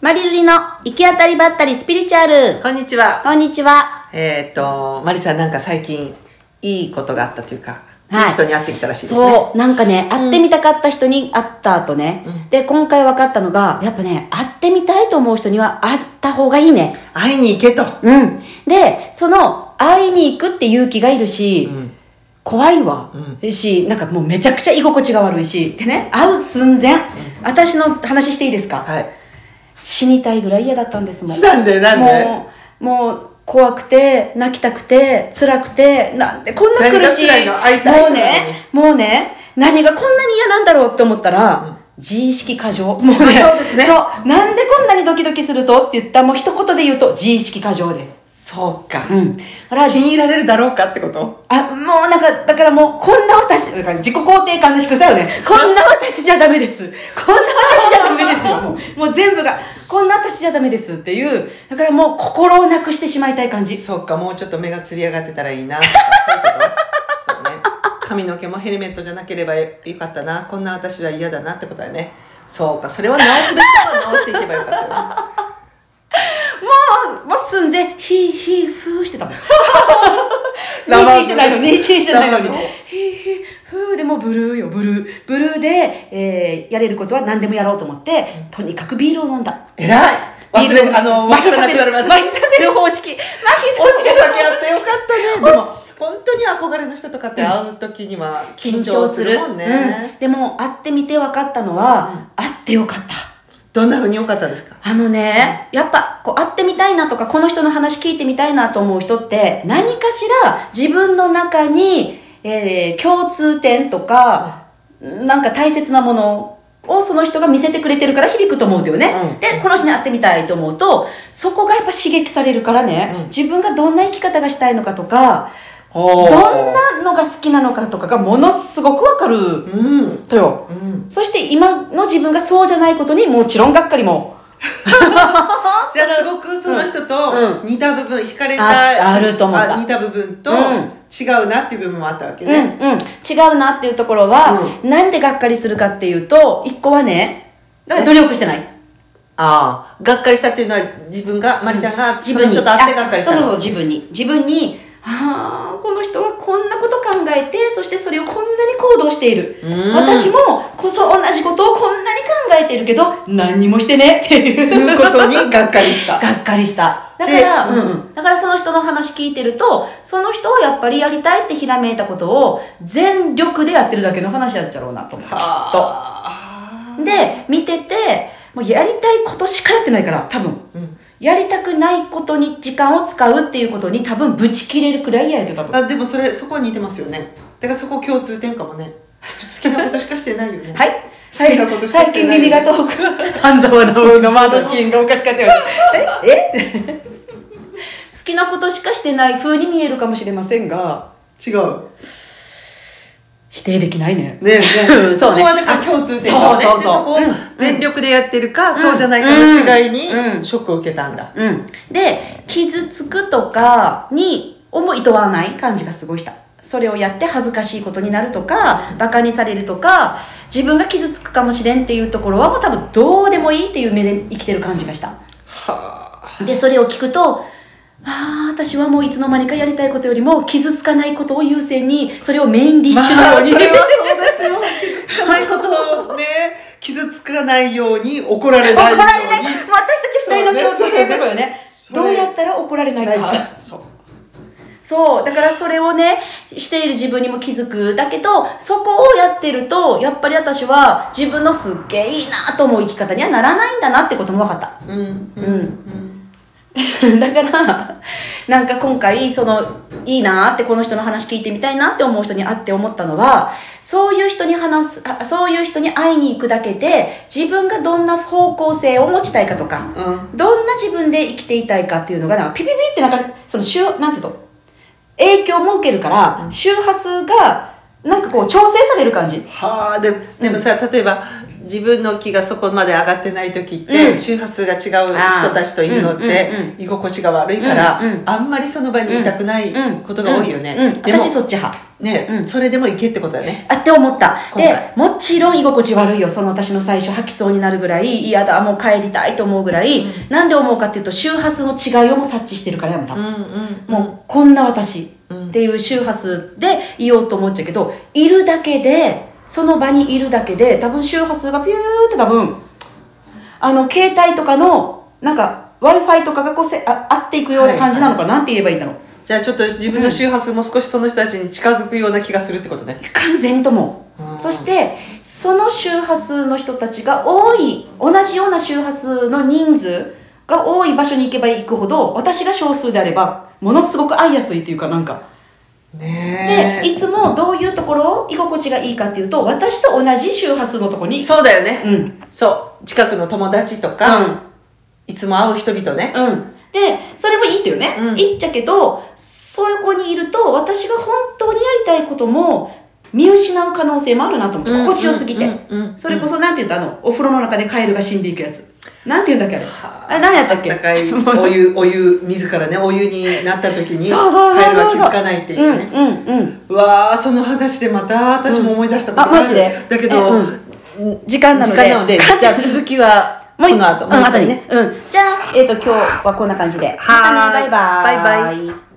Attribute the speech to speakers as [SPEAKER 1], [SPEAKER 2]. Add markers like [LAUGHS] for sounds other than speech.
[SPEAKER 1] マリルリの行き当たりばったりスピリチュアル。
[SPEAKER 2] こんにちは。
[SPEAKER 1] こんにちは。
[SPEAKER 2] えっ、と、マリさんなんか最近いいことがあったというか、
[SPEAKER 1] はい
[SPEAKER 2] い、い人に会ってきたらしいですね。
[SPEAKER 1] そう、なんかね、会ってみたかった人に会った後ね。
[SPEAKER 2] うん
[SPEAKER 1] で、今回分かったのが、やっぱね、会ってみたいと思う人には会った方がいいね。
[SPEAKER 2] 会いに行けと。
[SPEAKER 1] うん。で、その、会いに行くって勇気がいるし、
[SPEAKER 2] うん。
[SPEAKER 1] 怖いわ。
[SPEAKER 2] うん。
[SPEAKER 1] し、なんかもうめちゃくちゃ居心地が悪いし、でね、会う寸前、私の話していいですか
[SPEAKER 2] はい。
[SPEAKER 1] 死にたいぐらい嫌だったんですもん。
[SPEAKER 2] なんでなんで
[SPEAKER 1] もう、もう、怖くて、泣きたくて、辛くて、なんでこんな苦しい。
[SPEAKER 2] 何が辛いの会いたい
[SPEAKER 1] もう
[SPEAKER 2] 人なのに
[SPEAKER 1] ね、もうね、何がこんなに嫌なんだろうって思ったら、
[SPEAKER 2] うん
[SPEAKER 1] 自意識過剰。もうね、
[SPEAKER 2] [LAUGHS] そうですね
[SPEAKER 1] そうなんでこんなにドキドキするとって言った、もう一言で言うと、自意識過剰です。
[SPEAKER 2] そうか。
[SPEAKER 1] うん。ほら、
[SPEAKER 2] 気に入られるだろうかってこと
[SPEAKER 1] あ、もうなんか、だからもう、こんな私、だから自己肯定感の低さよね。こんな私じゃダメです。こんな私じゃダメですよ。も
[SPEAKER 2] [LAUGHS]
[SPEAKER 1] うもう全部が、こんな私じゃダメですっていう、だからもう心をなくしてしまいたい感じ。
[SPEAKER 2] そうか、もうちょっと目がつり上がってたらいいなとか。そういうことそうね。髪の毛もヘルメットじゃなければよかったな。こんな私は嫌だなってことだよね。そうか、それは直すべきだわ直していけばよかったよね。
[SPEAKER 1] もう、もう寸前、ヒーヒーフーしてた
[SPEAKER 2] [LAUGHS]
[SPEAKER 1] もん。妊娠してないの、妊娠してないのに
[SPEAKER 2] ラバーズ。
[SPEAKER 1] ヒーヒーフーでもうブルーよ、ブルー。ブルーで、えーやれることは何でもやろうと思って、とにかくビールを飲んだ。
[SPEAKER 2] 偉い忘れ、あの、
[SPEAKER 1] 麻
[SPEAKER 2] わ
[SPEAKER 1] 痺さ
[SPEAKER 2] からな
[SPEAKER 1] せ
[SPEAKER 2] くな
[SPEAKER 1] る、
[SPEAKER 2] るまで
[SPEAKER 1] 麻痺させる方式。麻痺
[SPEAKER 2] お
[SPEAKER 1] させ
[SPEAKER 2] 酒
[SPEAKER 1] る方式。
[SPEAKER 2] あってよかったね。でも、本当に憧れの人とかって会う時には緊張するもん
[SPEAKER 1] う
[SPEAKER 2] ね
[SPEAKER 1] ん。でも会ってみて分かったのは、会ってよかった
[SPEAKER 2] どんな風に良かったですか
[SPEAKER 1] あのね、やっぱこう会ってみたいなとかこの人の話聞いてみたいなと思う人って何かしら自分の中に、えー共通点とか、なんか大切なものをその人が見せてくれてるから響くと思うんだよね、
[SPEAKER 2] うん
[SPEAKER 1] でこの人に会ってみたいと思うとそこがやっぱ刺激されるからね、
[SPEAKER 2] うん
[SPEAKER 1] 自分がどんな生き方がしたいのかとか
[SPEAKER 2] ど
[SPEAKER 1] どんなのが好きなのかとかがものすごくわかる
[SPEAKER 2] うん。
[SPEAKER 1] とよ
[SPEAKER 2] うん、
[SPEAKER 1] そして今の自分がそうじゃないことにもちろんがっかりも
[SPEAKER 2] じゃあすごくその人
[SPEAKER 1] うん
[SPEAKER 2] と似た部分、惹かれ
[SPEAKER 1] あ
[SPEAKER 2] た
[SPEAKER 1] あると思った
[SPEAKER 2] あ似た部分と
[SPEAKER 1] うん
[SPEAKER 2] 違うなっていう部分もあったわけ
[SPEAKER 1] うんうん
[SPEAKER 2] ね、
[SPEAKER 1] 違うなっていうところは、なんでがっかりするかっていうと一個はねだから努力してない
[SPEAKER 2] ああがっかりしたっていうのは自分がまりちゃんが
[SPEAKER 1] 自分に
[SPEAKER 2] その人と会ってがっかりした
[SPEAKER 1] あそうそう
[SPEAKER 2] う
[SPEAKER 1] そう自分に自分にああこの人はこんなこと考えてそしてそれをこんなに行動している、
[SPEAKER 2] そうそ
[SPEAKER 1] 私もこそ同じことをこんなに考えているけど何にもしてねっていう
[SPEAKER 2] [LAUGHS] いうことにがっかり
[SPEAKER 1] [LAUGHS]
[SPEAKER 2] した
[SPEAKER 1] がっかりした。だから、
[SPEAKER 2] で
[SPEAKER 1] うんうんだからその人の話聞いてると、その人はやっぱりやりたいってひらめいたことを全力でやってるだけの話やっちゃろうなと思って、きっと。
[SPEAKER 2] はあ
[SPEAKER 1] で、見てて、もうやりたいことしかやってないから、多分。
[SPEAKER 2] うん
[SPEAKER 1] やりたくないことに時間を使うっていうことに多分ぶち切れるくらいやる多分。
[SPEAKER 2] あでもそれそこは似てますよねだからそこ共通点か
[SPEAKER 1] [LAUGHS]
[SPEAKER 2] もね好きなことしかしてないよね
[SPEAKER 1] はいい。
[SPEAKER 2] 好きなことしか
[SPEAKER 1] 最
[SPEAKER 2] して
[SPEAKER 1] 近
[SPEAKER 2] ない
[SPEAKER 1] 耳が遠く、半沢直美のマードシーンがおかしかったよね。
[SPEAKER 2] [LAUGHS]
[SPEAKER 1] ええ [LAUGHS] 好きなことしかしてない風に見えるかもしれませんが、
[SPEAKER 2] 違う
[SPEAKER 1] 否定できないね。
[SPEAKER 2] ねえね
[SPEAKER 1] [LAUGHS]
[SPEAKER 2] え
[SPEAKER 1] そうね
[SPEAKER 2] こはだから共通点かもね
[SPEAKER 1] そうそうそう
[SPEAKER 2] でそこを
[SPEAKER 1] うん
[SPEAKER 2] 全力でやってるか、
[SPEAKER 1] ん
[SPEAKER 2] そうじゃないかの違いに
[SPEAKER 1] うん
[SPEAKER 2] ショックを受けたんだ、
[SPEAKER 1] うん。で、傷つくとかに思いとわない感じがすごいした。それをやって恥ずかしいことになるとか、馬鹿にされるとか、自分が傷つくかもしれんっていうところはもう多分どうでもいいっていう目で生きてる感じがした。
[SPEAKER 2] はあ
[SPEAKER 1] で、それを聞くと、ああ、私はもういつの間にかやりたいことよりも傷つかないことを優先に、それをメインディッシュのように。
[SPEAKER 2] それはそうですよ傷つ
[SPEAKER 1] [LAUGHS]
[SPEAKER 2] かないことをね傷つかないように怒ら
[SPEAKER 1] [LAUGHS]
[SPEAKER 2] れ
[SPEAKER 1] 怒
[SPEAKER 2] な
[SPEAKER 1] られ
[SPEAKER 2] いよ
[SPEAKER 1] ない。
[SPEAKER 2] う
[SPEAKER 1] も
[SPEAKER 2] に
[SPEAKER 1] う私たち二人の共通点とこよね。
[SPEAKER 2] それ
[SPEAKER 1] どうやったら怒られないか。
[SPEAKER 2] そう
[SPEAKER 1] そう。だからそれをね、している自分にも気づく。だけど、そこをやってると、やっぱり私は自分のすっげえいいなと思う生き方にはならないんだなってことも分かった。
[SPEAKER 2] うんうん
[SPEAKER 1] うん [LAUGHS] だから、なんか今回、その、いいなってこの人の話聞いてみたいなって思う人に会って思ったのは、そういう人に話す、あそういう人に会いに行くだけで、自分がどんな方向性を持ちたいかとか、
[SPEAKER 2] うん
[SPEAKER 1] どんな自分で生きていたいかっていうのがなんかピピピってなんかその周なんていうの影響も受けるから周波数がなんかこう調整される感じ
[SPEAKER 2] はあででもさ例えば自分の気がそこまで上がってない時って、
[SPEAKER 1] うん
[SPEAKER 2] 周波数が違う人たちといるのって
[SPEAKER 1] うんうん
[SPEAKER 2] 居心地が悪いから、
[SPEAKER 1] うんうん
[SPEAKER 2] あんまりその場にいたくない
[SPEAKER 1] うん
[SPEAKER 2] ことが多いよね。
[SPEAKER 1] うんうん
[SPEAKER 2] でも
[SPEAKER 1] 私そっち派
[SPEAKER 2] ね、
[SPEAKER 1] うん
[SPEAKER 2] それでも行けってことだね。
[SPEAKER 1] あって思った
[SPEAKER 2] 今
[SPEAKER 1] で
[SPEAKER 2] 回
[SPEAKER 1] もちろん居心地悪いよその私の最初吐きそうになるぐらい嫌だもう帰りたいと思うぐらい、
[SPEAKER 2] うん
[SPEAKER 1] なんで思うかっていうと周波数の違いをもう察知してるからやもた、
[SPEAKER 2] うんうん
[SPEAKER 1] もうこんな私
[SPEAKER 2] うん、うん
[SPEAKER 1] っていう周波数でいようと思っちゃうけどいるだけでその場にいるだけで多分周波数がピューって多分あの携帯とかのなんか w i f i とかがこうせあ合っていくような感じなのかな、なんて言えばいいんだろう
[SPEAKER 2] じゃあちょっと自分の周波数も少しその人たちに近づくような気がするってことね。
[SPEAKER 1] 完全にともそしてその周波数の人たちが多い同じような周波数の人数が多い場所に行けば行くほど私が少数であればものすごく会いやすいっていうかなんか
[SPEAKER 2] ね
[SPEAKER 1] で
[SPEAKER 2] え
[SPEAKER 1] いつもどういうところ居心地がいいかっていうと私と同じ周波数のとこに
[SPEAKER 2] そうだよね。
[SPEAKER 1] うんうん
[SPEAKER 2] そう近くの友達とか、いつも会う人々ね。
[SPEAKER 1] うんでそれもいいっていうね、
[SPEAKER 2] うん
[SPEAKER 1] いいっちゃけどそこにいると私が本当にやりたいことも見失う可能性もあるなと思って、心地よすぎて、
[SPEAKER 2] うんうんうんうん
[SPEAKER 1] それこそなんて言うんだあのお風呂の中でカエルが死んでいくやつなんて言うんだっけあれ
[SPEAKER 2] は
[SPEAKER 1] あれ何やったっけ
[SPEAKER 2] 温か
[SPEAKER 1] [LAUGHS]
[SPEAKER 2] いお湯、お湯、自らね、お湯になった時に、カ
[SPEAKER 1] そうそうそうそう
[SPEAKER 2] エルは気づかないっていううんね。
[SPEAKER 1] うんうん
[SPEAKER 2] うわー、その話でまた私も思い出したこ
[SPEAKER 1] あ
[SPEAKER 2] と
[SPEAKER 1] マジで
[SPEAKER 2] だけ
[SPEAKER 1] え
[SPEAKER 2] ど、
[SPEAKER 1] うん時間なの
[SPEAKER 2] 時
[SPEAKER 1] で
[SPEAKER 2] 間なので、じゃあ続きは、
[SPEAKER 1] もう
[SPEAKER 2] こ
[SPEAKER 1] 一
[SPEAKER 2] の後、
[SPEAKER 1] うん、後にね、うん、じゃあ、えっと今日はこんな感じで
[SPEAKER 2] はーい
[SPEAKER 1] またねバイバーイ
[SPEAKER 2] バイ
[SPEAKER 1] バイ